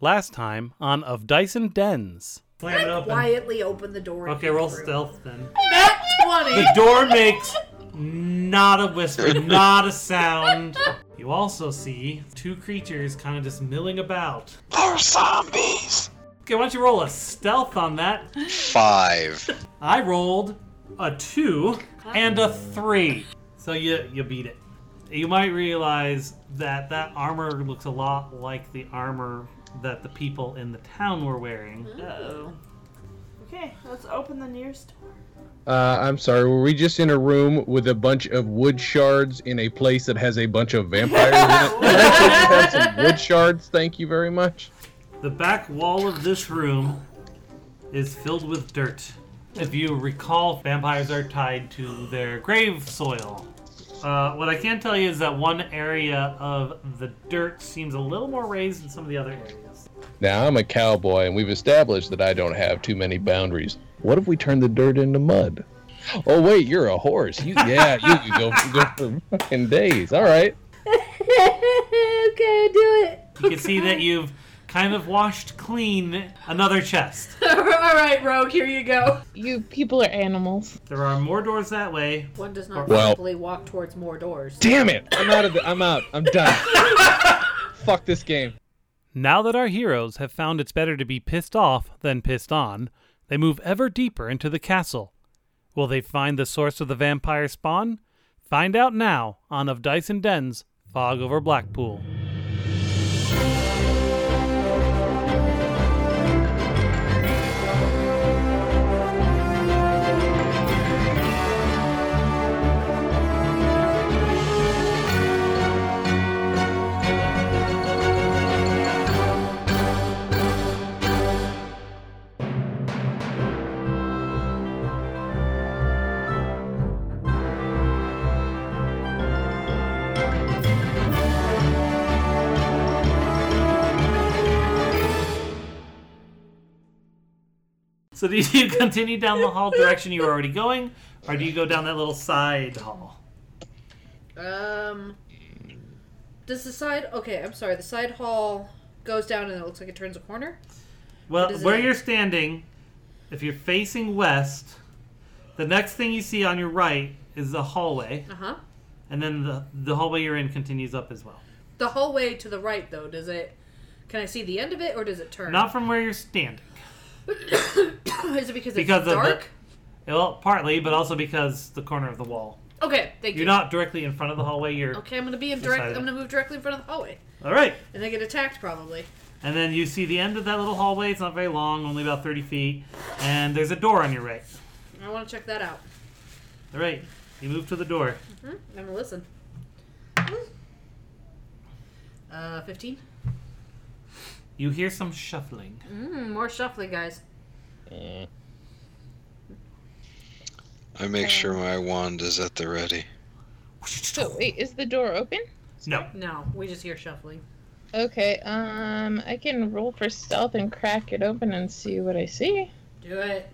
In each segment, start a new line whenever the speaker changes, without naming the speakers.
last time on Of Dyson Dens.
Slam it open.
Quietly open the door. and
Okay,
get
roll
through.
stealth then.
Nat 20!
The door makes not a whisper, not a sound. You also see two creatures kind of just milling about.
They're zombies.
Okay, why don't you roll a stealth on that?
Five.
I rolled a two and a three. So you you beat it. You might realize that that armor looks a lot like the armor that the people in the town were wearing.
Oh. Okay, let's open the nearest door.
Uh, I'm sorry. Were we just in a room with a bunch of wood shards in a place that has a bunch of vampires in it? Can I please have some wood shards, thank you very much.
The back wall of this room is filled with dirt. If you recall, vampires are tied to their grave soil. Uh, what I can tell you is that one area of the dirt seems a little more raised than some of the other areas.
Now I'm a cowboy, and we've established that I don't have too many boundaries. What if we turn the dirt into mud? Oh wait, you're a horse. You yeah, you could go go for fucking days. All right.
okay, do it.
You can see that you've kind of washed clean another chest.
Alright, Rogue, here you go.
You people are animals.
There are more doors that way.
One does not
Well-
simply walk towards more doors.
Damn it! I'm out of the. I'm out. I'm done. Fuck this game.
Now that our heroes have found it's better to be pissed off than pissed on, they move ever deeper into the castle. Will they find the source of the vampire spawn? Find out now on Of Dyson Dens Fog Over Blackpool.
So do you continue down the hall direction you were already going, or do you go down that little side hall?
Um. Does the side. Okay, I'm sorry. The side hall goes down and it looks like it turns a corner?
Well,
What is
where
it?
you're standing, if you're facing west, the next thing you see on your right is the hallway,
Uh huh.
and then the, the hallway you're in continues up as well.
The hallway to the right, though, does it. Can I see the end of it or does it turn?
Not from where you're standing.
Is it because it's
Because of the-
dark?
Well, partly, but also because the corner of the wall.
Okay, thank
You're
you.
not directly in front of the hallway. You're
Okay, I'm gonna be in direct. I'm
Decided.
gonna move directly in front of the hallway,
all right.
and they get attacked probably.
And then you see the end of that little hallway. It's not very long, only about 30 feet. And there's a door on your right.
I want to check that out.
All right. You move to the door.
Hmm? I'm gonna listen. Uh, fifteen.
You hear some shuffling.
Mm, more shuffling, guys.
I make sure my wand is at the ready.
So wait, is the door open?
No.
No, we just hear shuffling.
Okay, um, I can roll for stealth and crack it open and see what I see.
Do it.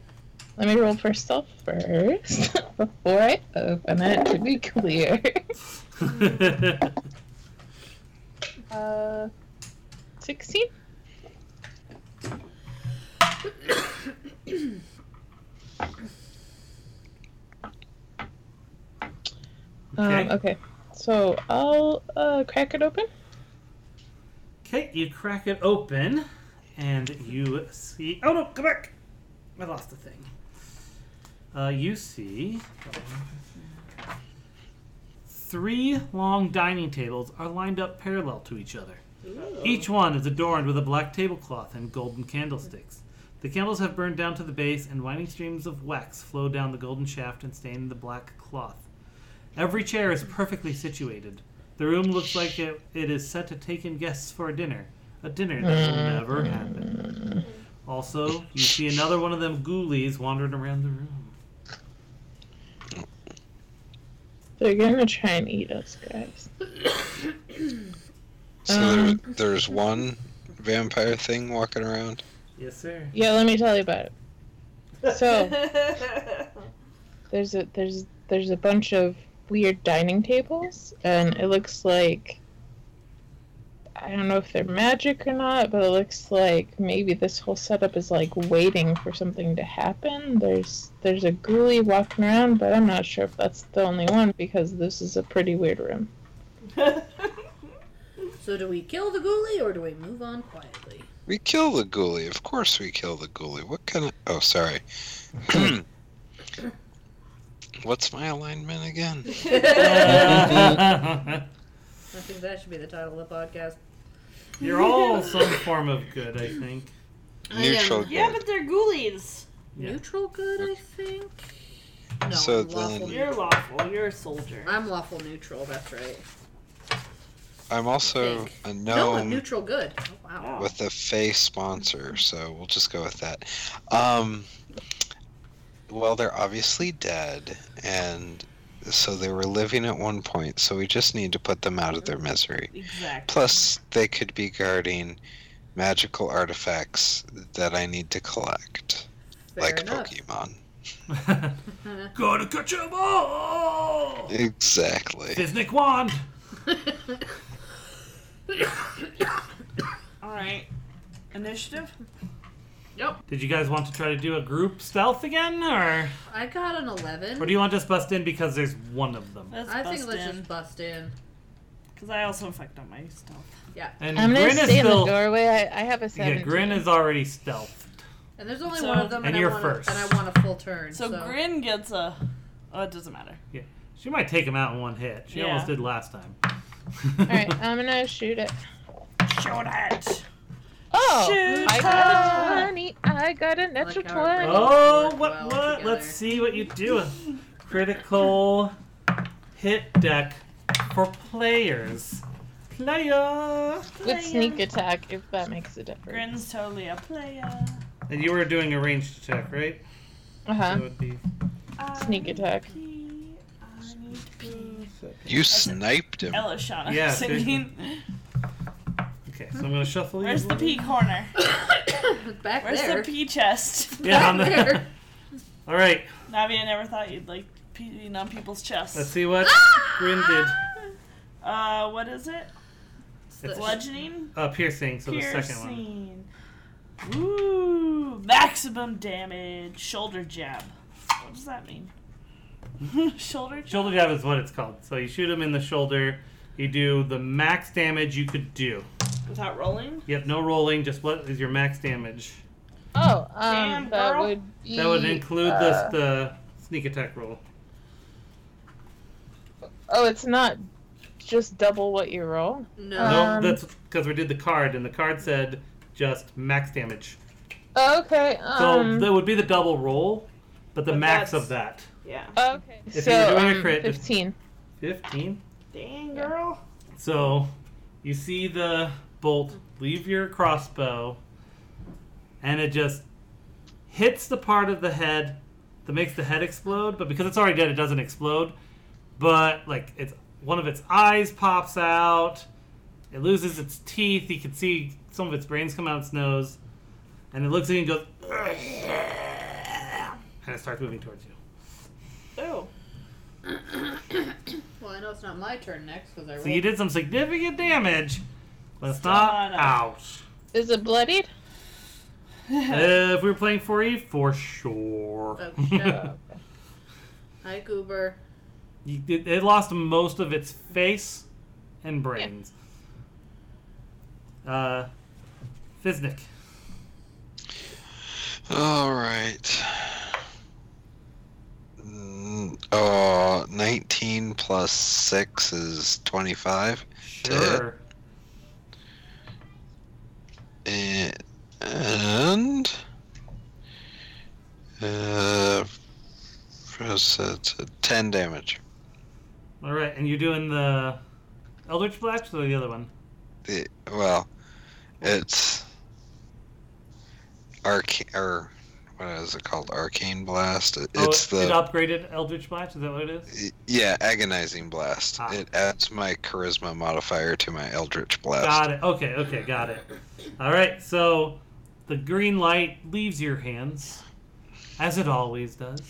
Let me roll for stealth first before I open it to be clear. Uh, sixteen. Um,
Okay.
Um, okay, so I'll uh, crack it open.
Okay, you crack it open, and you see. Oh no, come back! I lost the thing. Uh, you see. Three long dining tables are lined up parallel to each other. Each one is adorned with a black tablecloth and golden candlesticks. The candles have burned down to the base, and winding streams of wax flow down the golden shaft and stain the black cloth. Every chair is perfectly situated. The room looks like it, it is set to take in guests for a dinner. A dinner that will never happen. Also, you see another one of them ghoulies wandering around the room.
They're gonna try and eat us, guys.
So
Um.
there, there's one vampire thing walking around.
Yes, sir.
Yeah, let me tell you about it. So there's a there's there's a bunch of weird dining tables, and it looks like I don't know if they're magic or not, but it looks like maybe this whole setup is like waiting for something to happen. There's there's a ghoulie walking around, but I'm not sure if that's the only one because this is a pretty weird room.
So do we kill the ghoulie or do we move on quietly?
We kill the ghoulie. Of course we kill the ghoulie. What kind of. Oh, sorry. What's my alignment again?
I think that should be the title of the podcast.
You're all some form of good, I think.
Neutral
yeah,
good.
but they're ghoulies.
Yeah.
Neutral good, I think. No,
So
I'm lawful.
then-
You're lawful. You're a soldier.
I'm lawful neutral. That's right.
I'm also
No,
a
I'm
gnome
neutral good. Oh, wow.
Wow.
with a Fey sponsor, so we'll just go with that. Um, well, they're obviously dead, and so they were living at one point, so we just need to put them out of their misery.
Exactly.
Plus, they could be guarding magical artifacts that I need to collect,
Fair
like
enough.
Pokemon.
Gotta catch 'em all!
Exactly.
Fisnick wand!
All right. Initiative.
Did you guys want to try to do a group stealth again, or
I got an
or
11.
do you want to just bust in because there's one of them?
Let's
I think
bust
let's
in.
just bust in.
Because I also fucked up my stuff.
Yeah.
And
I'm gonna
Grin is
stay in the
still.
doorway. I, I have a seven.
Yeah, Grin is already stealthed.
And there's only
So-
one of them,
And
and,
you're
I want
first.
A, and I want a full turn.
So,
So,
Grin gets a. Oh, it doesn't matter.
Yeah, she might take him out in one hit. She
Yeah.
almost did last time.
All right, uh, I'm gonna shoot it.
Show it.
Oh,
Shoot
I got
her!
a twenty. I got a natural
how our
twenty.
brain-
Oh, what?
Work well
what?
together.
Let's see what you do. A critical hit deck for players. Player.
With
um,
sneak attack, if that makes a difference.
Grin's totally a player.
And you were doing a ranged attack, right? So
Uh huh.
it would be
Sneak attack.
I need to pee. I need to pee.
You sniped him.
Elishana
Yeah,
singing.
okay. So I'm gonna shuffle
Where's
you.
the pee corner?
back
Where's
there.
the pee chest?
Yeah, on
Back
the...
there.
All right.
Navi, I never thought you'd like peeing on people's chests.
Let's see what
Ah!
Grin did.
Uh, what is it?
It's
Bludgeoning?
uh, piercing. So the second one.
Piercing. Ooh, maximum damage. Shoulder jab. What does that mean? shoulder jab?
Shoulder jab is what it's called. So you shoot him in the shoulder. You do the max damage you could do.
Without rolling?
You have no rolling. Just what is your max damage?
Oh, um,
Damn,
that
girl.
would be.
That would include
uh,
this the sneak attack roll.
Oh, it's not just double what you roll.
No.
Uh,
no,
Um,
that's because we did the card, and the card said just max damage.
Okay.
So
Um,
that would be the double roll, but the
But
max
that's-
of that.
Yeah.
okay.
you
so
were doing a
um,
crit, just-
fifteen.
15.
Dang,
Yeah.
girl.
So you see the bolt leave your crossbow, and it just hits the part of the head that makes the head explode. But because it's already dead, it doesn't explode. But like it's one of its eyes pops out. It loses its teeth. You can see some of its brains come out its nose, and it looks at you and goes, and it starts moving towards you.
Ooh.
Well, I know it's not my turn next because I rolled.
So you did some significant damage, but it's
Stun.
not out.
Is it bloodied?
Uh, if we were playing 4E, for sure.
Oh, shit. Hi, Goober.
You- it, it lost most of its face and brains. Uh, Fiznik.
All right. Mm, Oh, 19 plus 6 is 25.
Sure.
Eh, And. Uh, it's, it's a 10 damage.
All right, and you're doing the Eldritch Blast or the other one?
The well, it's. Arc. Or. What is it called? Arcane Blast? It- It's
oh, it-
the.
it upgraded Eldritch Blast. Is that what it is?
Yeah, agonizing blast.
Ah.
It adds my charisma modifier to my eldritch blast.
Got it. Okay, okay, got it. All right, so the green light leaves your hands, as it always does.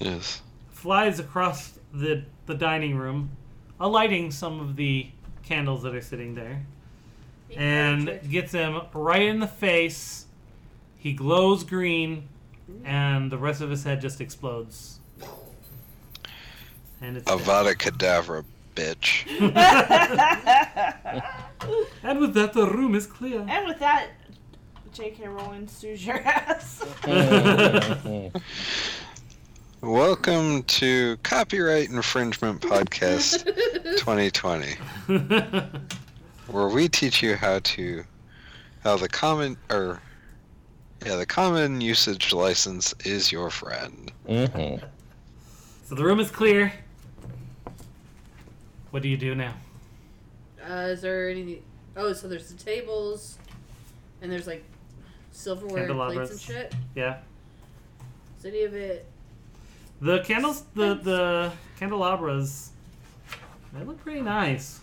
Yes.
flies across the the dining room, alighting some of the candles that are sitting there, and gets him right in the face. He glows green, and the rest of his head just explodes. And it's dead.
Avada Kedavra, bitch.
and with that, the room is clear.
and with that, J.K. Rowling sues your ass.
Welcome to Copyright Infringement Podcast 2020, where we teach you how to how the common or yeah, the common usage license is your friend.
Mhm.
so the room is clear. What do you do now?
Uh, is there any? Oh, so there's the tables, and there's like silverware and plates and
Candelabras.
shit.
Yeah.
Is any of it?
The candles, the the candelabras, they look pretty nice.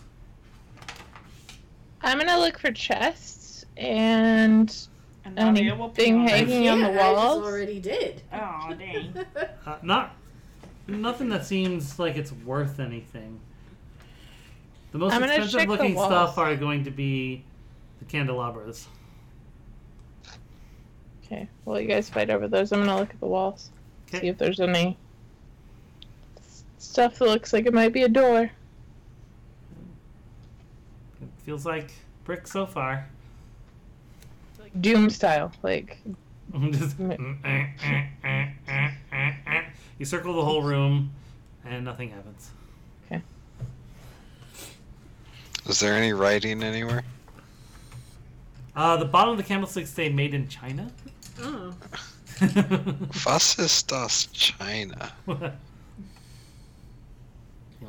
I'm gonna look for chests and
And
Any
Nadia will
thing
pee on
hanging-
it.
Hanging on the
Yeah, I just
walls?
already did.
Aw,
Oh,
dang.
Uh, not nothing that seems like it's worth anything. The most
I'm gonna
expensive
check the
looking stuff
walls.
are going to be the candelabras.
okay. Well, you guys fight over those. I'm gonna look at the walls, see
Okay.
if there's any s- stuff that looks like it might be a door.
It feels like brick so far.
Doom style, like
Just mm, eh, you circle the whole room, and nothing happens.
Is there any writing anywhere?
Uh, the bottom of the candlesticks say "Made in China."
Oh,
Was ist das China?
You'll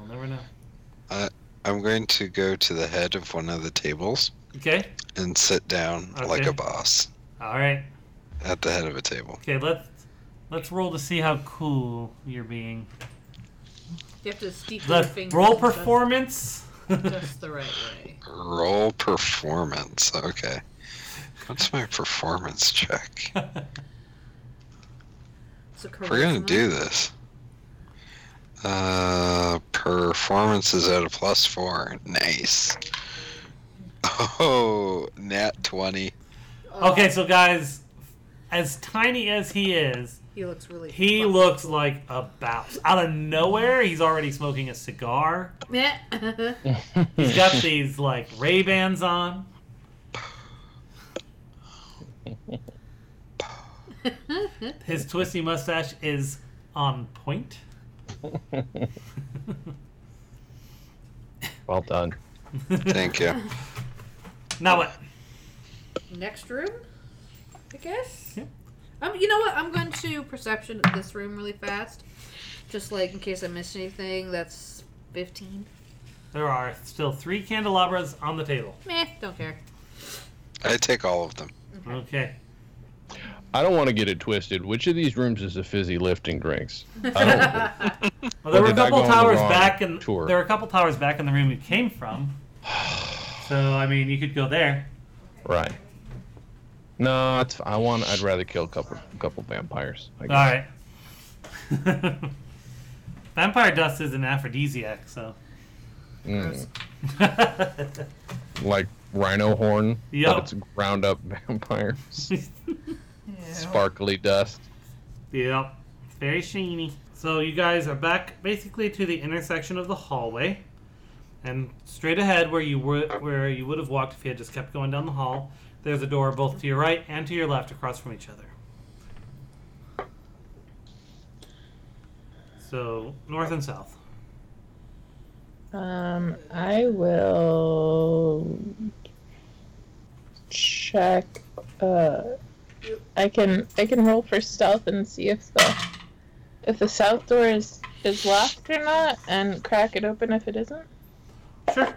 never know.
I'm going to go to the head of one of the tables
Okay.
and sit down like
Okay.
a boss
All right.
at the head of a table.
Okay. Let's let's roll to see how cool you're being.
you have to steep your
The
fingers.
roll
just-
performance.
just the right way.
Roll performance. Okay. What's my performance check?
So
We're gonna
charisma.
do this. Uh, performance is at a plus four. Nice. Oh, nat twenty.
Oh,
okay, so guys, as tiny as he is,
He looks really.
he
fucked.
looks like a bounce. Out of nowhere, he's already smoking a cigar.
Yeah.
He's got these like Ray Bans on. His twisty mustache is on point.
well done.
Thank you.
Now what?
Next room, I guess.
Yep.
Um, you know what? I'm going to perception of this room really fast, just like in case I miss anything. That's fifteen.
There are still three candelabras on the table.
Meh, don't care.
I take all of them.
Okay.
I don't want to get it twisted. Which of these rooms is the fizzy lifting drinks? I don't.
I
Well, there
Or
were a
did I
couple
go on the
towers
wrong
back in
tour?
there were a couple towers back in the room you came from. So I mean, you could go there.
right. No, it's, I want. I'd rather kill a couple, couple vampires. I
All right. Vampire dust is an aphrodisiac, so.
Mm, like rhino horn. but
Yup.
It's ground up vampires. Sparkly dust.
Yep. Very shiny. So you guys are back basically to the intersection of the hallway. And straight ahead where you were where you would have walked if you had just kept going down the hall, there's a door both to your right and to your left across from each other. So north and south.
Um, I will check. Uh, I can I can roll for stealth and see if the if the south door is is locked or not, and crack it open if it isn't.
Sure.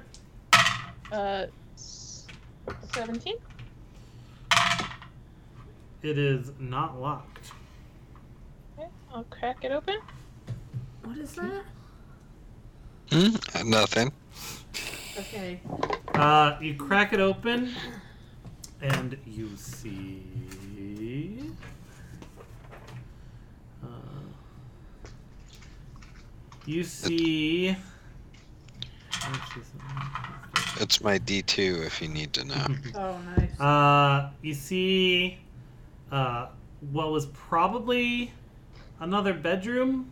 Uh, s- seventeen.
It is not locked.
Okay, I'll crack it open.
what is that?
Hmm? Nothing.
Okay.
Uh, you crack it open, and you see. Uh, you see. let me see something.
It's my D2 if you need to know.
Oh, nice.
Uh, you see uh, what was probably another bedroom,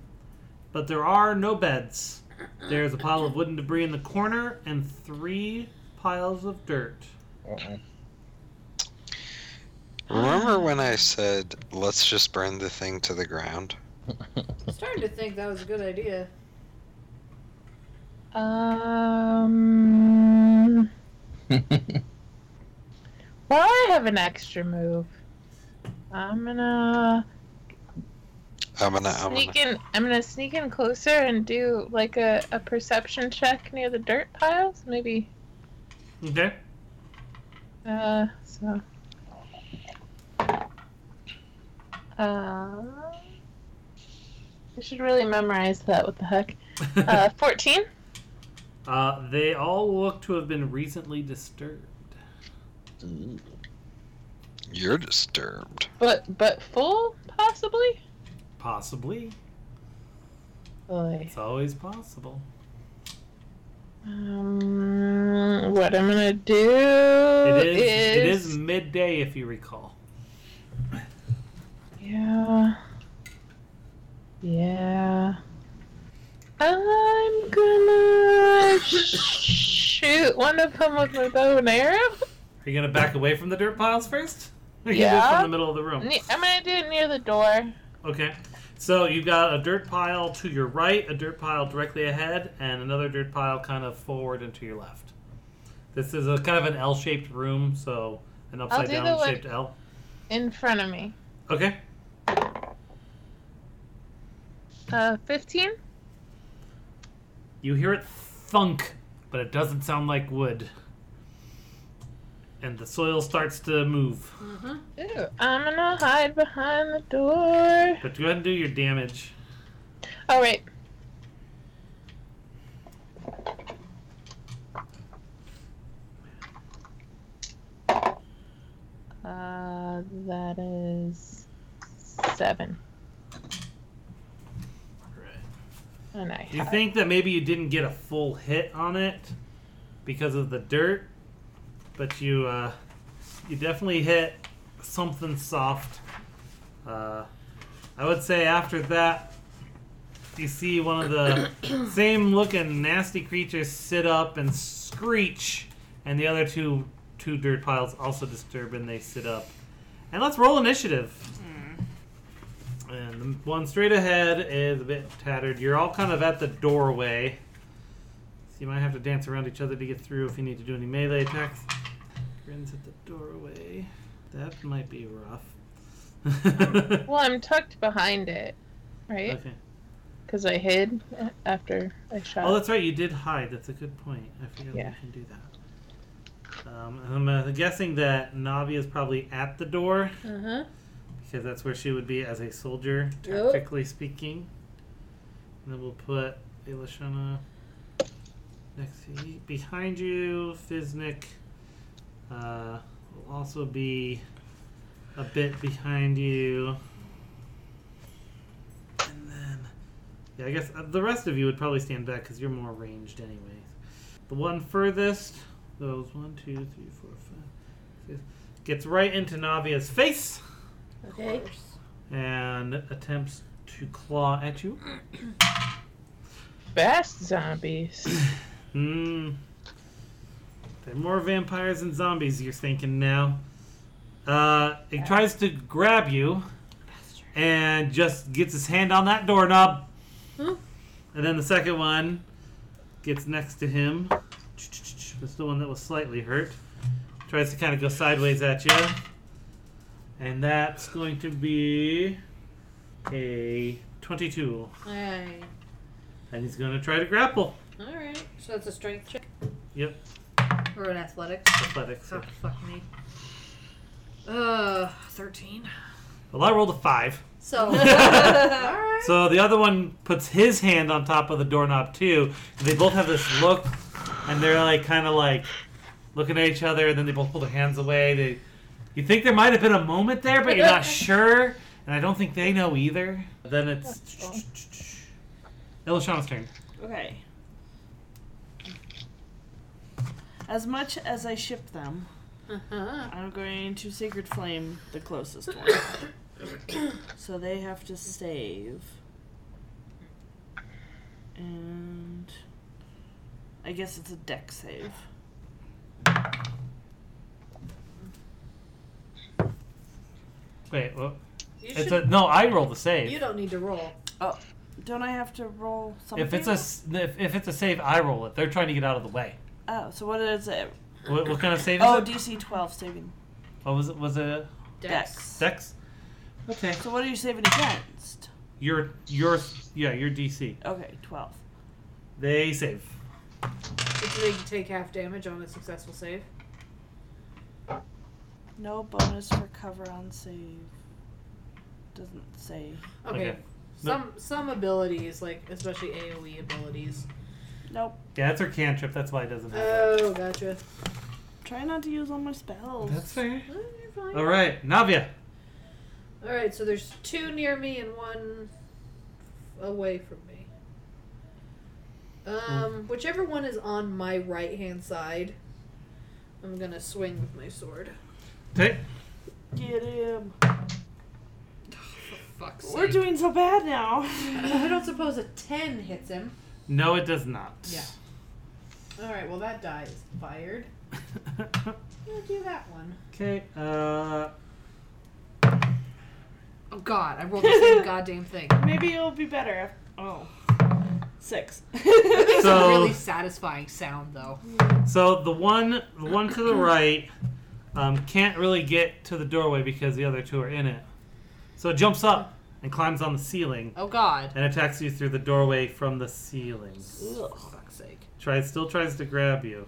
but there are no beds. There's a pile of wooden debris in the corner and three piles of dirt.
Uh-oh.
Remember when I said, let's just burn the thing to the ground?
I'm starting to think that was a good idea.
Um.
Mm,
Well, I have an extra move. I'm gonna
I'm gonna, I'm gonna.
sneak in. I'm gonna sneak in closer and do like a, a perception check near the dirt piles. Maybe.
Okay.
Uh. So. Uh. I should really memorize that. What the heck? Uh, fourteen.
Uh, they all look to have been recently disturbed.
You're disturbed.
But but full possibly.
Possibly.
Boy.
It's always possible.
Um, what I'm gonna do
It is, it
is,
is midday, if you recall.
yeah, yeah. I'm gonna shoot one of them with my bow and arrow.
Are you going to back away from the dirt piles first? Or you
Yeah.
just from the middle of the room?
Ne- I'm gonna do it near the door.
Okay. So you've got a dirt pile to your right, a dirt pile directly ahead, and another dirt pile kind of forward and to your left. This is a kind of an L-shaped room, so an upside
do
down
the one-
shaped L.
in front of me.
Okay.
Uh, fifteen.
You hear it thunk, but it doesn't sound like wood. And the soil starts to move.
Ooh, I'm gonna hide behind the door.
But go ahead and do your damage.
All right. Uh, that is seven, and I
You
hide.
think that maybe you didn't get a full hit on it because of the dirt, but you uh, you definitely hit something soft. Uh, I would say after that, you see one of the same looking nasty creatures sit up and screech, and the other two two dirt piles also disturb and they sit up. And let's roll initiative. And the one straight ahead is a bit tattered. You're all kind of at the doorway. So you might have to dance around each other to get through if you need to do any melee attacks. Grins at the doorway. That might be rough.
Well, I'm tucked behind it, right?
okay.
Because I hid after I shot.
Oh, that's right. You did hide. That's a good point. I forgot
Yeah.
you can do that. Um, I'm uh, guessing that Navi is probably at the door
Uh huh.
because that's where she would be as a soldier,
Yep.
tactically speaking. And then we'll put Elishana next to you. Behind you, Fiznik uh, will also be a bit behind you. And then, yeah, I guess uh, the rest of you would probably stand back because you're more ranged, anyways. The one furthest, those one, two, three, four, five, six, gets right into Navia's face
Okay.
and attempts to claw at you.
Best zombies.
Hmm. They're more vampires than zombies, you're thinking now. Uh, it tries to grab you and just gets his hand on that doorknob.
Hmm.
And then the second one gets next to him. That's the one that was slightly hurt. Tries to kind of go sideways at you. And that's going to be a 22.
Aye.
And he's going to try to grapple.
All right. So that's a strength check
Yep,
or an athletics.
athletics.
Oh, fuck me. Uh, thirteen.
Well, I rolled a five.
So. all right.
So the other one puts his hand on top of the doorknob too. They both have this look, and they're like kind of like looking at each other, and then they both pull their hands away. They, you think there might have been a moment there, but you're not sure, and I don't think they know either. Then it's Elishana's turn.
Okay. As much as I ship them,
Uh-huh.
I'm going to Sacred Flame the closest one. so they have to save. And I guess it's a deck save.
Wait, well,
You,
it's
should,
a no. I roll the
you
save.
don't need to roll.
Don't I have to roll something?
If it's a s- if, if it's a save, I roll it. They're trying to get out of the way.
oh, so what is it?
What, what kind of save is
Oh,
it?
DC 12 saving
What Oh, was it? Was it
dex.
Dex? Okay.
So what are you saving against?
Your your yeah your DC.
Okay, 12.
They save.
If they take half damage on a successful save.
No bonus for cover on save. Doesn't say.
Okay.
Okay. No.
Some some abilities, like especially AoE abilities.
Nope.
Yeah, that's her cantrip. That's why it doesn't have that.
Oh, gotcha.
Try not to use all my spells.
That's fair.
Oh, you're fine.
All right, Navia.
All right, so there's two near me and one away from me.
Hmm.
Um, whichever one is on my right hand side, I'm gonna swing with my sword.
Take.
Get him.
Fuck's
We're doing so bad now.
I don't suppose a ten hits him.
No, it does not.
Yeah. All right, well that die is fired.
Yeah.
We'll do that one.
okay. Uh.
Oh God, I rolled the same goddamn thing.
Maybe it'll be better. If, oh. Six.
It's
So-
a really satisfying sound though.
So the one, the one to the right, um, can't really get to the doorway because the other two are in it. So it jumps up and climbs on the ceiling
Oh God.
and attacks you through the doorway from the ceiling.
Ugh, fuck's sake.
Tries, still tries to grab you.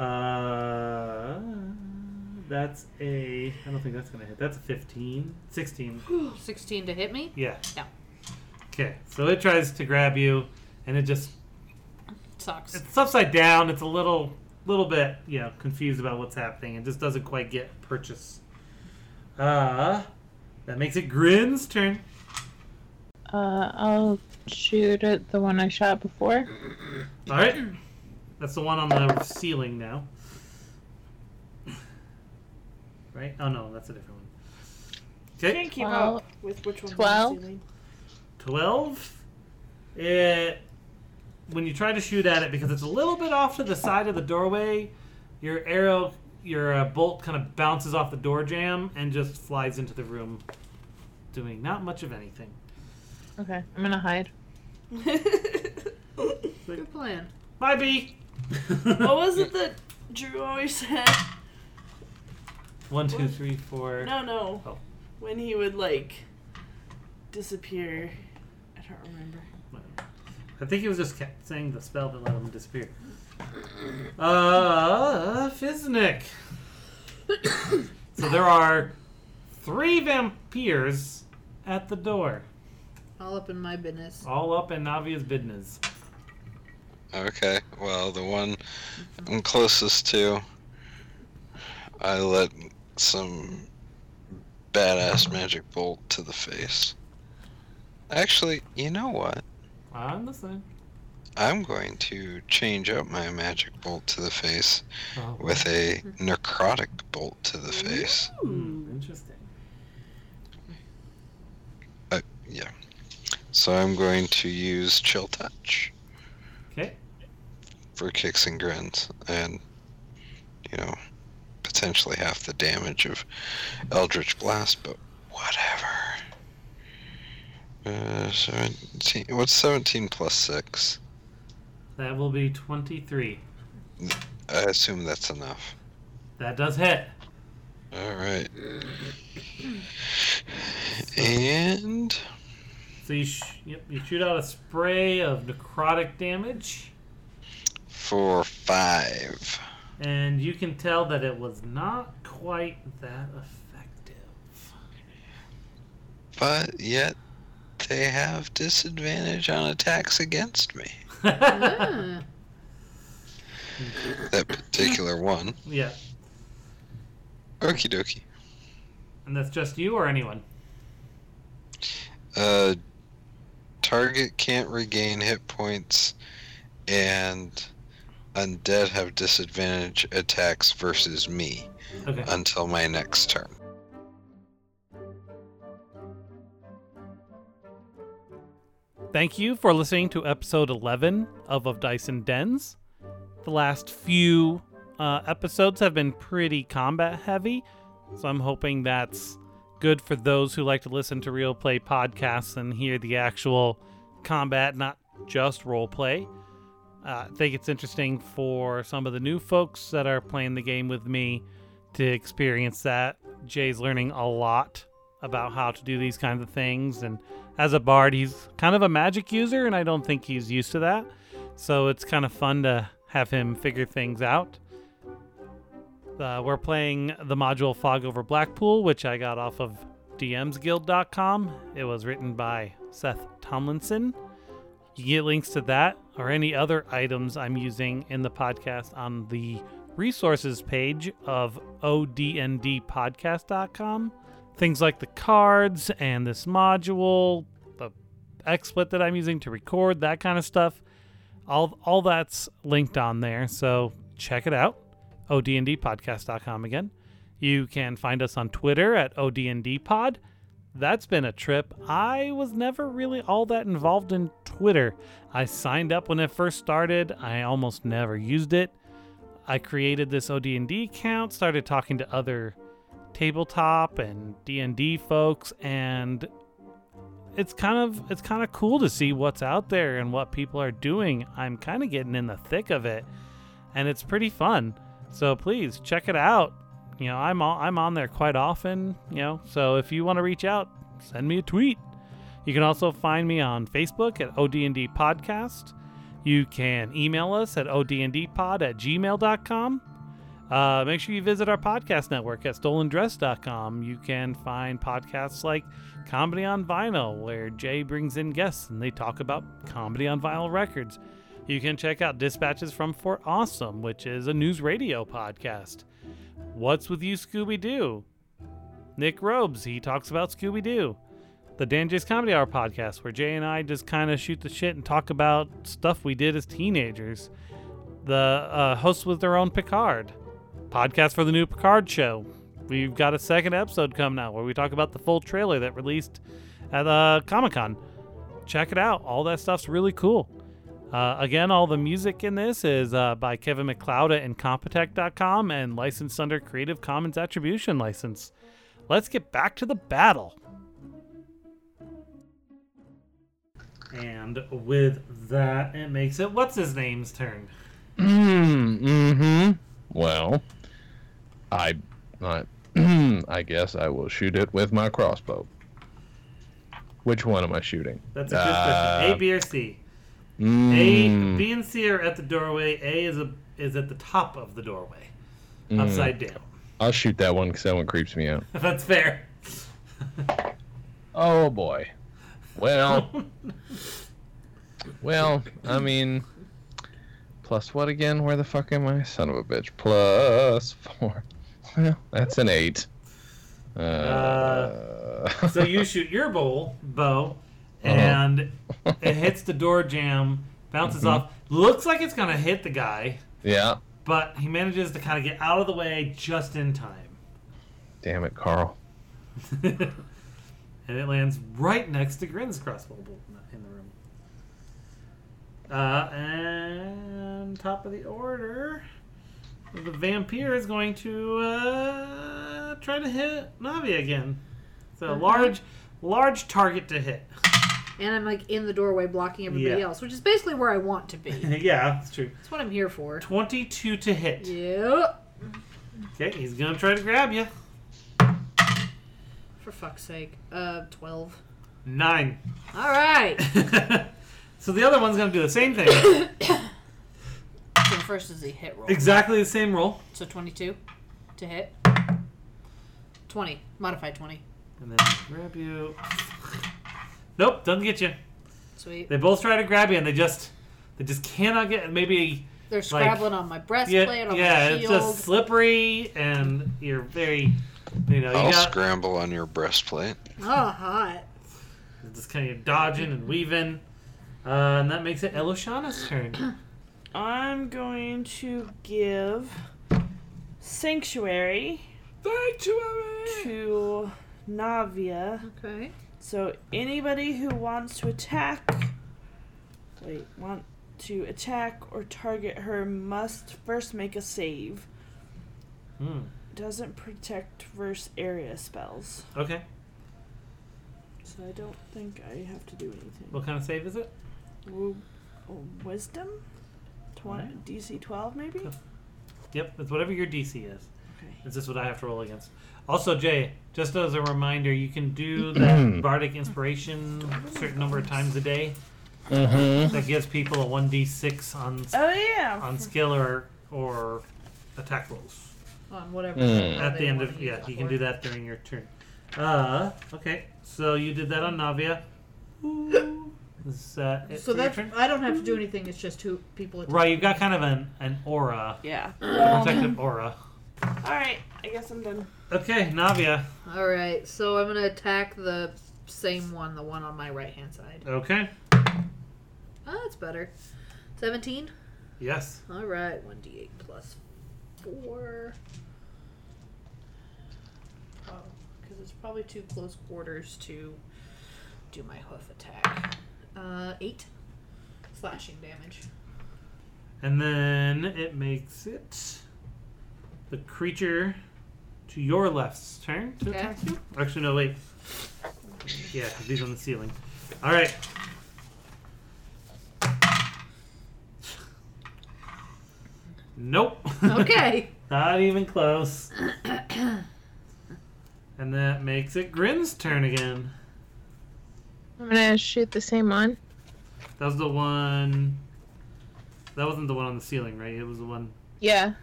Uh, that's a. I don't think that's gonna hit. That's a 15, 16.
16 to hit me.
Yeah.
Yeah.
Okay, so it tries to grab you, and it just
Sucks.
it's upside down. It's a little, little bit, you know, confused about what's happening. It just doesn't quite get purchase. Uh, that makes it Grin's turn.
Uh, I'll shoot at the one I shot before.
All right, that's the one on the ceiling now. Right? Oh no, that's a different one. Okay,
Can't keep
Twelve.
up with which one.
Twelve.
twelve. It. When you try to shoot at it, because it's a little bit off to the side of the doorway, your arrow, your uh, bolt kind of bounces off the door jamb and just flies into the room, doing not much of anything.
Okay, I'm gonna hide.
Good plan.
Bye, B.
what was it that Drew always said?
One, two, three, four.
No, no.
Oh.
When he would like disappear. I don't remember.
I think he was just kept saying the spell that let him disappear. Uh, Fiznik. so there are three vampires at the door,
All up in my business.
all up in Navia's business.
Okay, well, the one I'm closest to, I let some badass magic bolt to the face. Actually, you know what?
I'm listening.
I'm going to change up my magic bolt to the face
Oh,
with a necrotic bolt to the face.
hmm, interesting.
Yeah. So I'm going to use chill touch
Okay.
for kicks and grins, and you know, potentially half the damage of Eldritch Blast, but whatever. Uh, 17. What's 17 plus 6?
That will be 23.
I assume that's enough.
That does hit.
Alright. And.
So you, sh- yep, you shoot out a spray of necrotic damage.
For 5.
And you can tell that it was not quite that effective.
But yet, they have disadvantage on attacks against me.
Ah.
That particular one.
yeah.
Okie dokie.
And that's just you or anyone?
Uh, target can't regain hit points, and undead have disadvantage attacks versus me
Okay.
Uh,
until my next turn.
Thank you for listening to episode 11 of Of Dyson Dens. The last few uh, episodes have been pretty combat heavy, so I'm hoping that's good for those who like to listen to real play podcasts and hear the actual combat, not just role play. Uh, I think it's interesting for some of the new folks that are playing the game with me to experience that. Jay's learning a lot about how to do these kinds of things and as a bard, he's kind of a magic user, and I don't think he's used to that. So it's kind of fun to have him figure things out. Uh, we're playing the module Fog Over Blackpool, which I got off of dmsguild.com. It was written by Seth Tomlinson. You get links to that or any other items I'm using in the podcast on the resources page of odndpodcast.com things like the cards and this module, the XSplit that I'm using to record, that kind of stuff. All all that's linked on there, so check it out. odndpodcast.com again. You can find us on Twitter at odndpod. That's been a trip. I was never really all that involved in Twitter. I signed up when it first started. I almost never used it. I created this OD&D account, started talking to other tabletop and D&D folks and it's kind of it's kind of cool to see what's out there and what people are doing. I'm kind of getting in the thick of it and it's pretty fun. So please check it out. You know, I'm on, I'm on there quite often, you know. So if you want to reach out, send me a tweet. You can also find me on Facebook at OD&D Podcast. You can email us at odndpod at gmail.com. Uh, make sure you visit our podcast network at stolendress.com. You can find podcasts like Comedy on Vinyl, where Jay brings in guests and they talk about comedy on vinyl records. You can check out Dispatches from Fort Awesome, which is a news radio podcast. What's with you, Scooby Doo? Nick Robes, he talks about Scooby Doo. The Dan J's Comedy Hour podcast, where Jay and I just kind of shoot the shit and talk about stuff we did as teenagers. The uh, hosts with their own Picard podcast for the new Picard show. We've got a second episode coming out where we talk about the full trailer that released at uh, Comic Con. Check it out. All that stuff's really cool. Uh, again, all the music in this is uh, by Kevin McLeod at Incompetech.com and licensed under Creative Commons Attribution License. Let's get back to the battle.
And with that, it makes it what's his name's turn.
Mm-hmm. Well, I, I, I guess I will shoot it with my crossbow. Which one am I shooting?
That's a good question.
Uh,
A, B, or C. A,
Mm,
B, and C are at the doorway. A is a is at the top of the doorway,
mm.
upside down.
I'll shoot that one because that one creeps me out.
That's fair.
Oh boy. Well. well, I mean. Plus what again? Where the fuck am I? Son of a bitch. Plus four. Well, that's an eight. Uh,
Uh, So you shoot your bowl, bow, and it hits the door jam, bounces off. Looks like it's gonna hit the guy,
yeah.
but he manages to kind of get out of the way just in time,
Damn it, Carl.
and it lands right next to Grin's crossbow bolt in the- in the room. Uh, and top of the order, the vampire is going to uh, try to hit Navi again. So large, large target to hit.
And I'm like in the doorway blocking everybody
Yeah.
else, which is basically where I want to be.
yeah, that's true.
That's what I'm here for.
22 to hit.
Yep.
Okay, he's gonna try to grab you.
For fuck's sake. Uh, 12.
Nine.
All right.
so the other one's gonna do the same thing.
So first is the hit roll.
exactly the same roll.
So 22 to hit. 20. Modified 20.
And then grab you. Nope, doesn't get you.
Sweet.
They both try to grab you and they just they just cannot get maybe
They're scrabbling on my breastplate,
yeah,
on
yeah
my
it's
shield.
just slippery and you're very you know, you
I'll
got
scramble on your breastplate.
Oh, hot.
It's just kind of dodging and weaving. Uh, and that makes it Eloshana's turn.
I'm going to give Sanctuary
Sanctuary!
to Navia.
Okay.
So anybody who wants to attack, wait, want to attack or target her must first make a save.
Hmm.
Doesn't protect verse area spells,
Okay.
so I don't think I have to do anything.
What kind of save is it?
Wo- oh, wisdom, Twen-
Alright.
DC twelve maybe.
Cool. Yep, it's whatever your DC is.
Okay.
It's just what I have to roll against. Also, Jay, just as a reminder, you can do that bardic inspiration a certain number of times a day.
Mm-hmm.
That gives people a 1d6 on
Oh yeah.
on skill or, or attack rolls.
On whatever.
Hmm.
spell
At
they
the end
wanna
of
use
yeah,
it
you can
for.
do that during your turn. Uh, okay. So you did that on Navia. Ooh. Is that it for
So
your
that's
turn?
I don't have to do anything. It's just two people. At
right. You've got kind of an an aura,
yeah.
Um,
protective aura.
All right. I guess I'm done.
Okay, Navia.
All right. So I'm gonna attack the same one, the one on my right hand side.
Okay.
Oh, that's better. Seventeen.
Yes.
All right. One d8 plus four. Oh, because it's probably too close quarters to do my hoof attack. Uh, eight slashing damage.
And then it makes it the creature to your left's turn to
Okay.
attack you. Actually, no, wait. Yeah, these on the ceiling. All right. Nope.
Okay.
Not even close. and that makes it Grin's turn again.
I'm gonna shoot the same one.
That was the one. That wasn't the one on the ceiling, right? It was the one.
Yeah.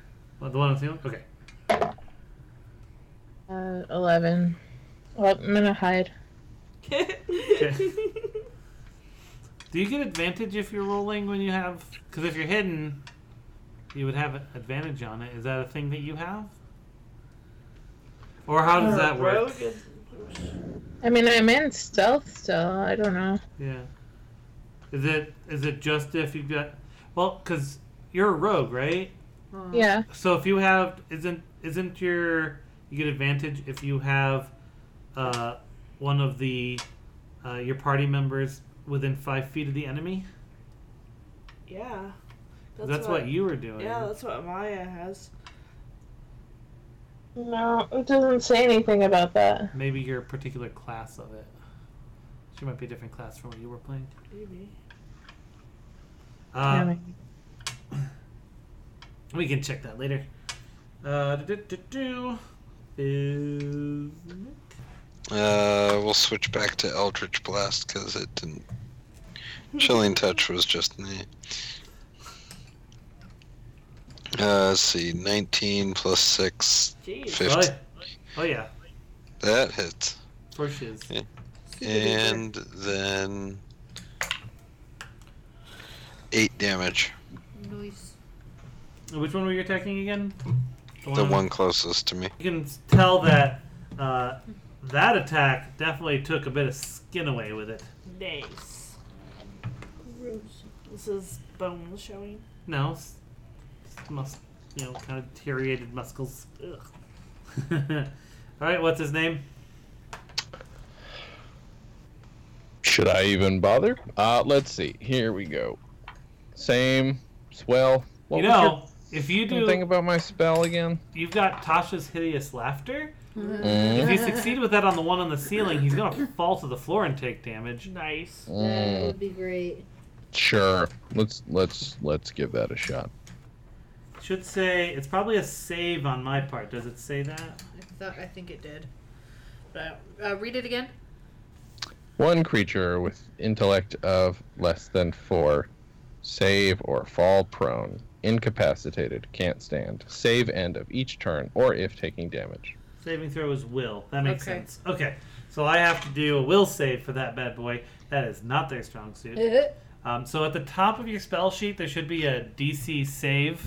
The one on the ceiling? Okay.
Uh, eleven. Well, I'm gonna hide.
Do you get advantage if you're rolling when you have? Because if you're hidden, you would have advantage on it. Is that a thing that you have? Or how does that work?
I mean, I'm in stealth still. I don't know.
Yeah. Is it is it just if you've got? Well, because you're a rogue, right? Hmm.
Uh,
Yeah.
So if you have isn't isn't your you get advantage if you have uh, one of the uh, your party members within five feet of the enemy?
Yeah.
'Cause That's, what, you were doing.
Yeah, that's what Maya has.
No, it doesn't say anything about that.
Maybe your particular class of it. She might be a different class from what you were playing.
Maybe.
Uh,
Really.
we can check that later. Uh, do-do-do-do. Is-
Uh, we'll switch back to Eldritch Blast because it didn't. Chilling Touch was just me. Uh, let's see, 19 plus 6,
Jeez.
Oh,
50.
oh yeah,
That hits.
of course she is.
And then 8 damage.
Nice.
Which one were you attacking again?
The one closest to me.
You can tell that uh, that attack definitely took a bit of skin away with it.
Nice. This is bones showing.
No, s- s- mus- you know, kind of deteriorated muscles.
Ugh.
All right, what's his name?
Should I even bother? Uh, let's see. Here we go. Same swell. What
you
was your
know, if you
fucking thing
do,
about my spell again?
you've got Tasha's hideous laughter. If
Mm.
you succeed with that on the one on the ceiling, he's gonna fall to the floor and take damage.
Nice.
That
Mm.
would be great.
Sure. Let's let's let's give that a shot.
Should say it's probably a save on my part. Does it say that?
I thought I think it did. But I, uh, read it again.
One creature with intellect of less than four, save or fall prone, incapacitated, can't stand. Save end of each turn, or if taking damage.
Saving throw is will. That makes
Okay.
sense. Okay, so I have to do a will save for that bad boy. That is not their strong suit. Um, so at the top of your spell sheet, there should be a DC save,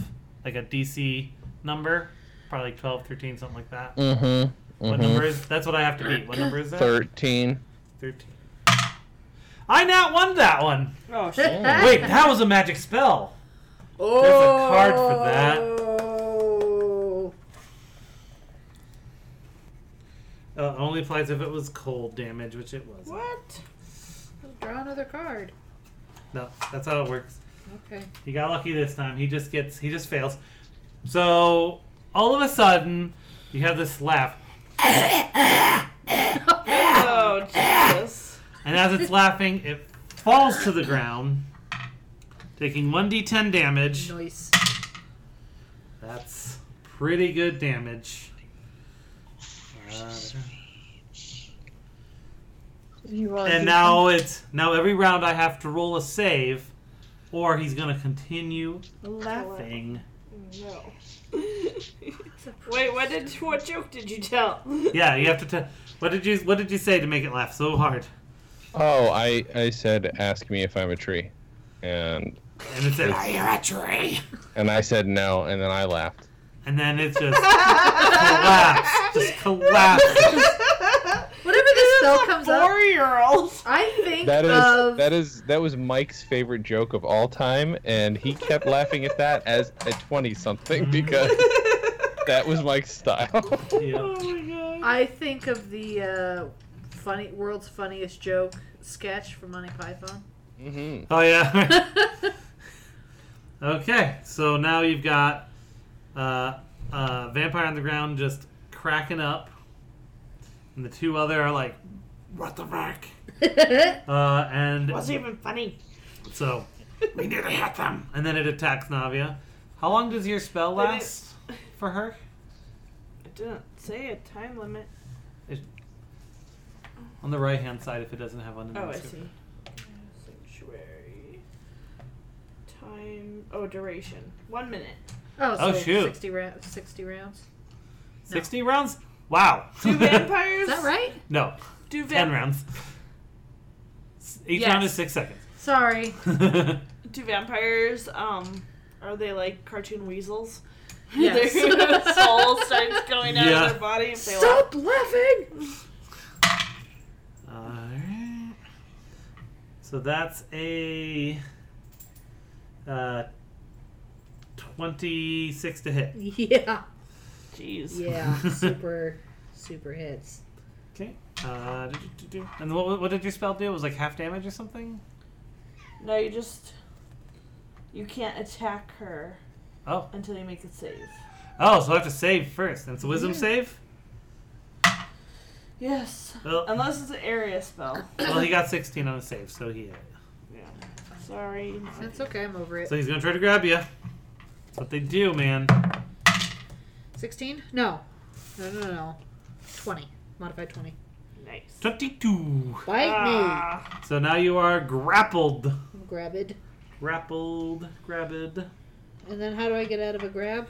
like a DC number, probably like 12, 13, something like that.
Mm-hmm.
What number is? That's what I have to beat. What number is that?
Thirteen.
13. I not won that one.
Oh, shit.
Wait, that was a magic spell.
Oh.
a card for that.
Oh.
Uh, only applies if it was cold damage, which it was.
What?
Draw another card.
No, that's how it works.
Okay.
He got lucky this time. He just gets. He just fails. So all of a sudden, you have this laugh,
Oh, Jesus.
and as it's laughing, it falls to the ground, taking one d10 damage.
Nice.
That's pretty good damage. Uh,
You roll
and now it's now every round I have to roll a save, or he's gonna continue laughing.
No. Wait, what did what joke did you tell?
Yeah, you have to. T- what did you What did you say to make it laugh so hard?
Oh, I I said ask me if I'm a tree, and
And it said, "Are you a tree?"
and I said no, and then I laughed.
And then it just collapsed, just collapsed.
Whatever this spell comes up,
Four-year-old.
I think
That is
of
that is that was Mike's favorite joke of all time, and he kept laughing at that as a twenty-something because that was Mike's style.
Yeah.
Oh my god.
I think of the uh, funny world's funniest joke sketch from Monty Python.
hmm
Oh yeah. okay, so now you've got uh, uh, vampire on the ground just cracking up, and the two other are like, "What the fuck?" Uh, and
Wasn't even funny.
so we nearly hit them. And then it attacks Navia. How long does your spell
But it-
last for her?
I didn't say a time limit.
On the right hand side, if it doesn't have one.
Oh, I see. Sanctuary. Time. Oh, duration. One minute.
oh,
Oh,
so
shoot.
60, ra- 60 rounds.
Sixty rounds. Wow.
Do vampires?
Is that right?
no,
Do
ten
vam-
rounds. S- Each
Yes.
round is six seconds.
Sorry.
do vampires? Um, are they like cartoon weasels?
Yes.
Their soul starts going out
Yeah.
of their body if they laugh.
Stop laughing!
Alright. So that's a uh, 26 to hit.
Yeah.
Jeez.
Yeah. super, super hits.
Okay. Uh, do, do, do, do. And what, what did your spell do? It was like half damage or something?
No, you just. You can't attack her
Oh.
until you make a save.
Oh, so I have to save first. That's a wisdom save?
Yes.
Well,
Unless it's an area spell.
well, he got 16 on a save, so he hit.
Yeah. Sorry.
That's okay. I'm over it.
So he's going to try to grab you. That's what they do, man.
16? No. No, no, no, no. 20. Modified 20.
Nice.
22.
Bite
Ah,
So now you are grappled.
me! Grab it.
Grappled. Grabbed.
And then how do I get out of a grab?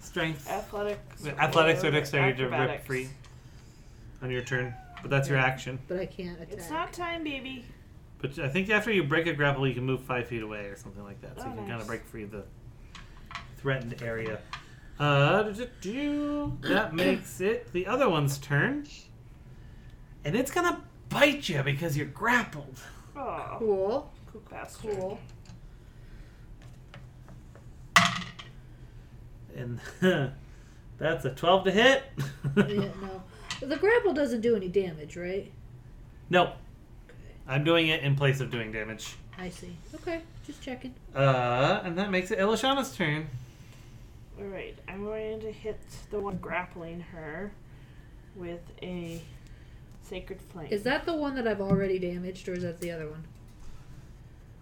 Strength.
athletics.
Athletics or dexterity to rip
acrobatics.
free on your turn, but that's your action.
But I can't attack.
It's not time, baby.
But I think after you break a grapple, you can move five feet away or something like that, so
Oh,
you can kind
nice.
of break free of the threatened area. Uh, do-do-do. that makes it the other one's turn, and it's gonna bite you because you're grappled.
Oh,
Cool.
cool bastard.
Cool.
And that's a twelve to hit.
Yeah, no. The grapple doesn't do any damage, right?
no, I'm doing it in place of doing damage.
I see. Okay, just checking.
Uh, and that makes it Elishana's turn.
All right, I'm going to hit the one grappling her with a sacred flame.
Is that the one that I've already damaged, or is that the other one?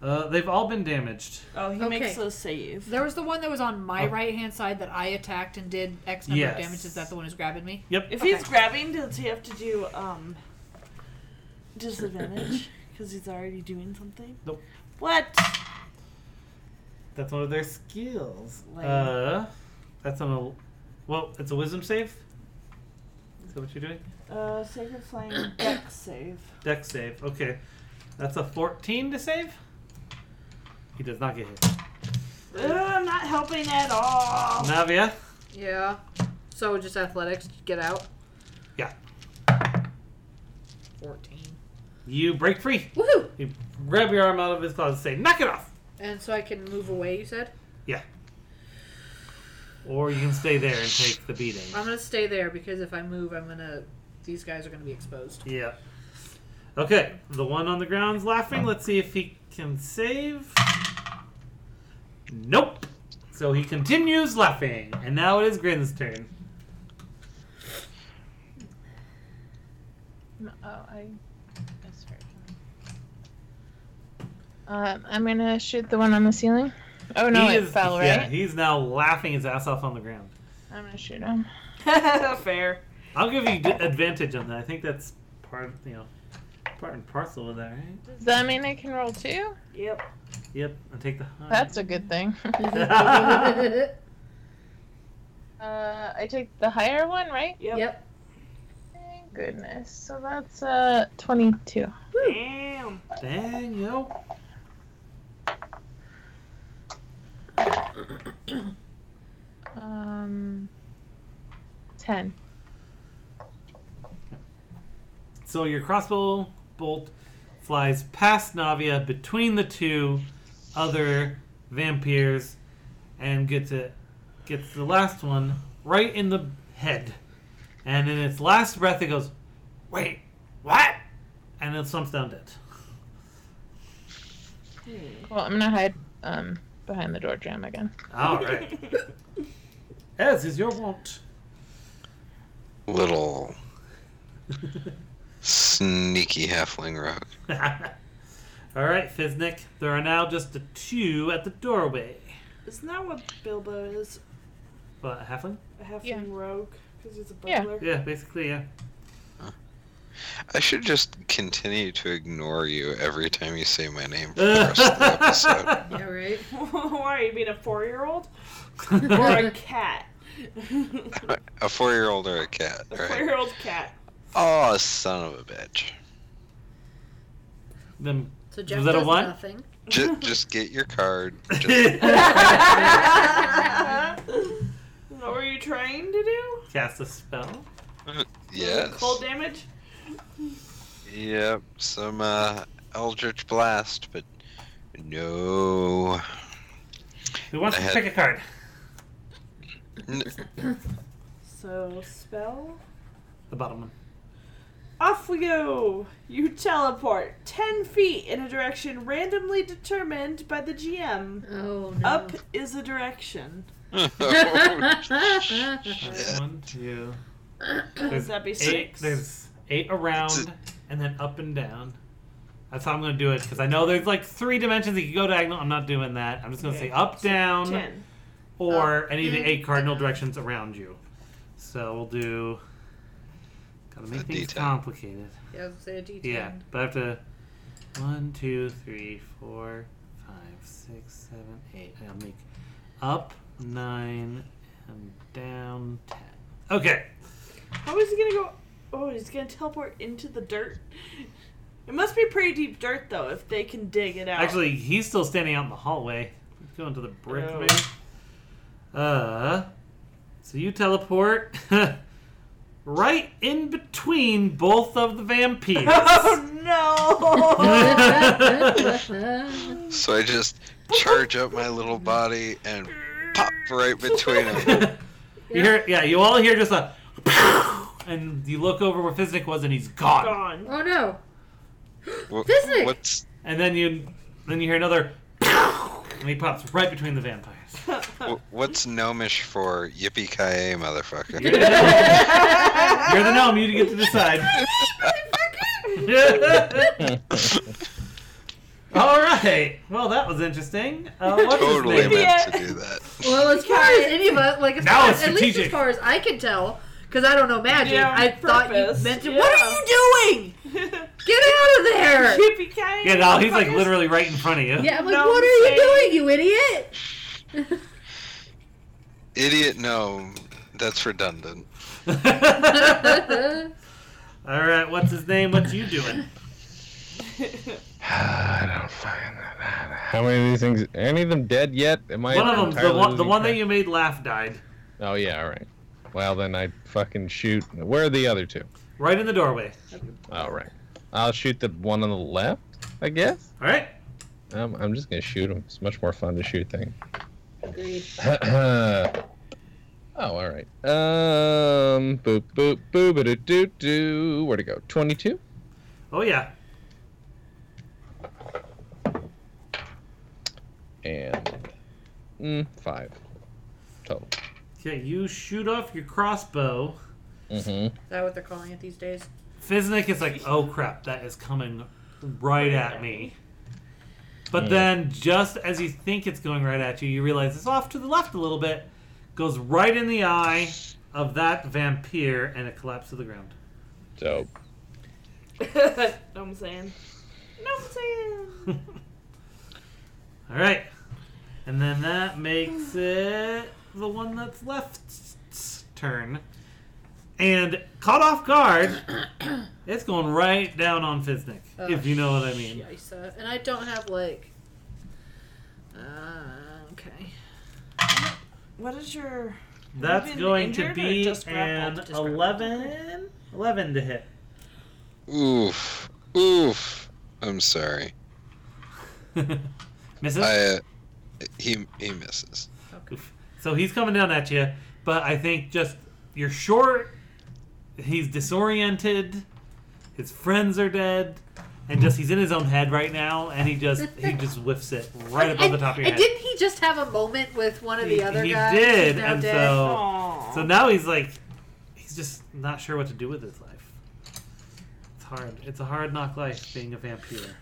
Uh, they've all been damaged.
Oh, he
Okay.
makes a save.
There was the one that was on my
Oh.
right hand side that I attacked and did X number
Yes.
of damage. Is that the one who's grabbing me?
Yep.
If
Okay.
he's grabbing, does he have to do um disadvantage because he's already doing something?
Nope.
What?
That's one of their skills.
Lame.
Uh, that's on a. Well, it's a wisdom save. Is that what you're doing?
Uh, sacred flame deck save.
Deck save. Okay. That's a 14 to save. He does not get hit.
Ugh, I'm not helping at all.
Navia.
Yeah. So just athletics, get out.
Yeah.
14.
You break free.
Woohoo!
You grab your arm out of his claws and say, knock it off!
And so I can move away, you said?
Yeah. Or you can stay there and take the beating.
I'm gonna stay there because if I move, I'm gonna. These guys are gonna be exposed.
Yeah. Okay, the one on the ground's laughing. Let's see if he can save. Nope. So he continues laughing, and now it is Grin's turn.
No, oh, I misheard. Um, I'm gonna shoot the one on the ceiling. Oh no,
he
it
is-
fell, right?
Yeah, he's now laughing his ass off on the ground.
I'm gonna shoot him.
Fair.
I'll give you d- advantage on that. I think that's part, you know, part and parcel of that, right?
Does that mean I can roll two?
Yep.
Yep. I take the. high.
That's a good thing.
yep.
uh, I take the higher one, right?
Yep.
Thank goodness. So that's uh 22.
Damn.
Dang yo.
Um, 10.
So your crossbow bolt flies past Navia between the two other vampires and gets it gets the last one right in the head. And in its last breath it goes, Wait, what? And it slumps down dead.
Well, I'm gonna hide um behind the door jam again.
Alright. As is your wont.
Little sneaky halfling rogue.
Alright, Fiznik. There are now just the two at the doorway.
Isn't that what Bilbo is?
What, a halfling?
A half
Yeah.
rogue? Because he's a
Yeah.
burglar?
Yeah, basically, yeah.
I should just continue to ignore you every time you say my name for the rest of the episode.
Yeah, right?
Why are you being a four year old? Or a
episode.
cat? a
A four year old or a cat,
four
right?
year old cat.
Oh, son of a bitch.
Then
So Jeff
Was that a
does
one?
nothing.
Just, just get your card. Just
what were you trying to do?
cast a spell.
yes.
Cold damage?
Yep. Some uh, Eldritch Blast, but no.
Who wants
I
to
had-
pick a card?
N-
So, spell.
The bottom one.
Off we go! You teleport 10 feet in a direction randomly determined by the GM.
Oh no.
Up is a direction.
Yeah.
One, two.
Does that be
Eight,
six?
there's eight around
It's-
and then up and down. That's how I'm gonna do it because I know there's like three dimensions that you go diagonal. I'm not doing that. I'm just gonna
Okay.
say up, down,
Ten.
or any of the
and
eight cardinal directions around you. So we'll do. Gotta make
A
things
D10.
complicated.
yeah, I was gonna say a D10.
Yeah, but I have to. One, two, three, four, five, six, seven, eight. I gotta make up nine and down ten. Okay.
How is he gonna go? Oh, he's gonna teleport into the dirt. It must be pretty deep dirt though, if they can dig it out.
Actually, he's still standing out in the hallway. He's going to the brick
Oh.
man. Uh. So you teleport right in between both of the vampires.
Oh
Uh.
So I just charge up my little body and pop right between them.
You hear, yeah, you all hear just a, and you look over where Fiznik was, and he's
no!
gone.
Gone.
Oh no.
Wh-
Physics!
What's
And then you, then you hear another, and he pops right between the vampires.
wh- what's gnomish for yippee ki yay, motherfucker?
You're the gnome. You're the gnome. You get to decide. all right. Well, that was interesting. Uh, what's his
totally
name?
meant to
Idiot.
do that.
Well, as far as any of us, like as
Now
far,
it's
at least as
strategic.
far as I can tell, because I don't know magic,
Yeah, on
I thought
purpose.
you meant to.
Yeah.
What are you doing? Get out of there!
Yippee-ki-yay,
Yeah, no, he's like
motherfuckers.
literally right in front of you.
Yeah, I'm like,
No,
what
I'm
are you
saying-
doing, you idiot?
Idiot gnome. That's redundant.
all right. What's his name? What's you doing?
I don't find that. How many of these things? Are any of them dead yet? Am I?
One of them, the
entirely
one, the
losing
one that
track?
you made laugh, died
Oh yeah, all right. Well then, I fucking shoot. Where are the other two?
right in the doorway.
All right. I'll shoot the one on the left, I guess.
All right.
Um, I'm just gonna shoot him. It's much more fun to shoot things.
Agreed.
oh, all right. Oh, Um, boop, boop, boop, doo, doo, doo. Where to go? 22?
Oh yeah.
And mm, 5 total.
Okay, you shoot off your crossbow.
hmm
Is that what they're calling it these days?
Fiznik is like, oh crap, that is coming right at me. But
Mm.
then, just as you think it's going right at you, you realize it's off to the left a little bit, goes right in the eye of that vampire, and it collapsed to the ground.
Dope.
know what I'm saying? Know what I'm saying?
All right. And then that makes it the one that's left's turn. And caught off guard, it's going right down on Fiznik,
Oh,
if you know what I mean.
Shisa. And I don't have like. Uh, okay.
What is your
That's
been
going to
injured or
be
just grappled?
an
Just grappled.
11, 11 to hit.
Oof. Oof. I'm sorry.
Misses?
I, uh, he, he misses.
Okay.
So he's coming down at you, but I think just you're short. He's disoriented. His friends are dead, and just he's in his own head right now, and he just he just whiffs it right above
and,
the top of your
and
head.
didn't he just have a moment with one of
He-
the other
he
guys?
did,
He's now
and
dead.
so-
Aw.
So now he's like, he's just not sure what to do with his life. It's hard. It's a hard knock life being a vampire.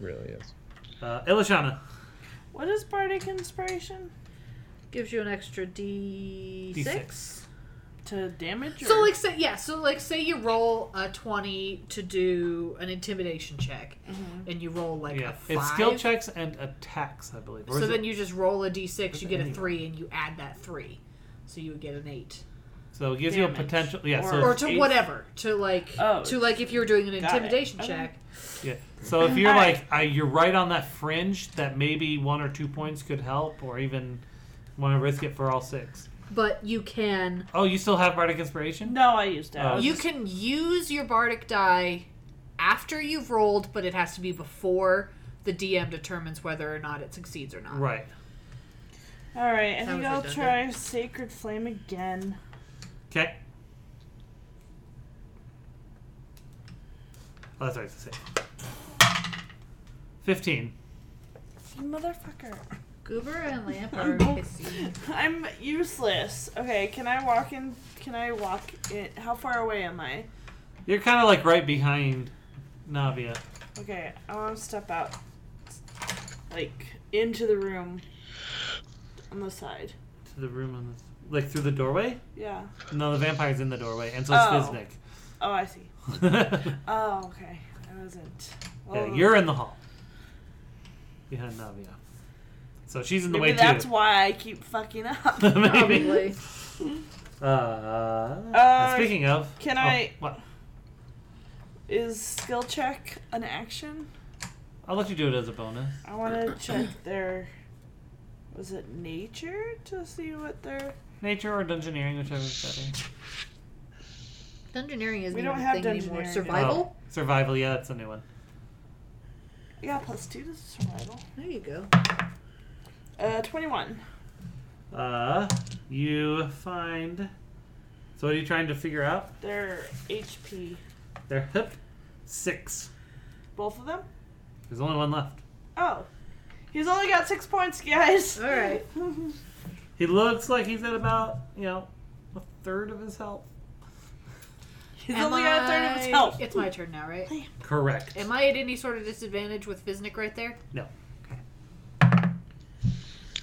Really is.
Uh, Ilishana,
what is bardic inspiration
Gives you an extra D six.
to damage?
So
or-
like say yeah, so like say you roll a twenty to do an intimidation check, and you roll like a
yeah,
five.
it's skill checks and attacks, I believe. Or
So
is it-
then you just roll a d6,
Is
you
it
get a
anywhere?
3, and you add that 3. So you would get an 8.
so it gives you a
damage.
potential. Yeah, so
Or-
it's
Or to
Oh, eight-
whatever. To like,
Oh,
to like if you were doing an
got it.
intimidation
Okay.
check.
Yeah. So if you're
All
like uh, you're right on that fringe, that maybe one or two points could help, or even want to risk it for all six.
But you can,
Oh, you still have bardic inspiration?
No, I used it. I
Oh.
was
you
just-
can use your bardic die after you've rolled, but it has to be before the DM determines whether or not it succeeds or not.
Right.
All right, I
Sounds
think I'll
redundant.
try Sacred Flame again.
Okay. Oh, that's right. It's a save. Fifteen.
You motherfucker.
Goober and Lamp are
Oh.
pissy.
I'm useless. Okay, can I walk in? Can I walk in? How far away am I?
You're kind of like right behind Navia.
Okay, I want to step out, like into the room on the side.
To the room on the like through the doorway.
Yeah.
No, the vampire's in the doorway, and so is
Oh.
Fiznik.
Oh, I see.
yeah,
Oh, okay. I wasn't. Oh.
you're in the hall behind Navia. So she's in the
Maybe
way
that's
too.
why I keep fucking up.
Maybe.
Probably.
Uh, and speaking of,
Uh, can
oh,
I-
What?
Is skill check an action?
I'll let you do it as a bonus.
I want to check their. Was it nature to see what their
Nature or dungeoneering, whichever is better.
Dungeoneering isn't
We don't
even a
have
thing anymore.
dungeoneering.
Survival?
Oh, survival. Yeah, that's a new one.
I got plus two to survival.
There you go.
Uh, 21.
Uh, you find. So what are you trying to figure out?
Their HP.
They're hip six.
Both of them?
There's only one left.
Oh. He's only got six points, guys.
All right.
He looks like he's at about you know a third of his health.
He's
Am
only got a third of his
I-
health.
It's my turn now, right?
Correct.
Am I at any sort of disadvantage with Visnik right there?
No.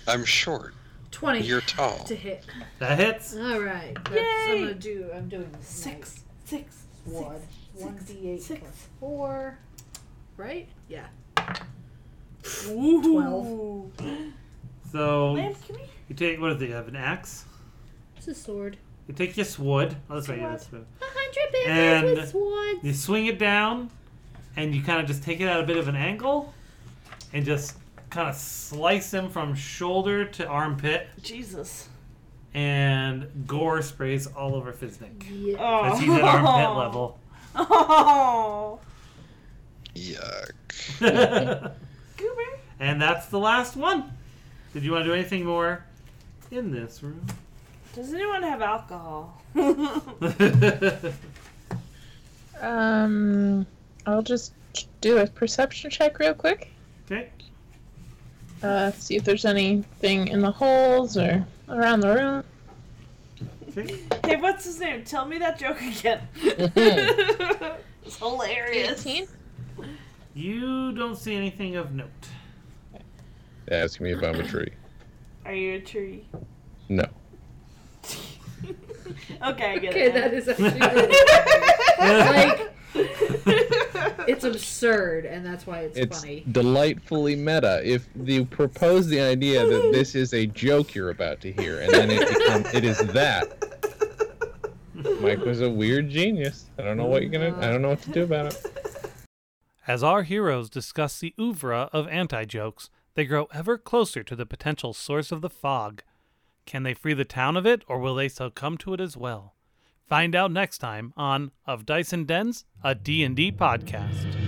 I'm short.
20
You're tall.
to hit.
That hits.
All right. That's,
Yay!
I'm gonna do. I'm doing
Six. Six.
One. One d eight
six.
plus four. Right? Yeah.
Ooh.
So
Lamb, can we?
you take what is it? You have an axe.
It's a sword.
You take your sword. Oh, that's right. Yeah, that's right.
A hundred bears
And-
with swords.
You swing it down, and you kind of just take it at a bit of an angle, and just kind of slice him from shoulder to armpit,
Jesus.
and gore sprays all over Fiznik.
Yeah.
Oh.
As he's at armpit level.
Oh.
Yuck.
and
Goober.
that's the last one. Did you want to do anything more in this room?
Does anyone have alcohol?
Um, I'll just do a perception check real quick.
okay.
Uh, see if there's anything in the holes or around the room.
Okay.
hey, what's his name? Tell me that joke again. it's hilarious.
18?
You don't see anything of note.
Ask me if I'm a tree.
Are you a tree?
No.
Okay, I get
Okay,
it. now.
that is actually really, like it's absurd, and that's why it's,
It's
funny.
delightfully meta. If you propose the idea that this is a joke you're about to hear, and then it becomes, it is that. Mike was a weird genius. I don't know what you're gonna. I don't know what to do about it.
As our heroes discuss the oeuvre of anti jokes, they grow ever closer to the potential source of the fog. Can they free the town of it, or will they succumb to it as well? Find out next time on Of Dice and Dens, a D&D podcast.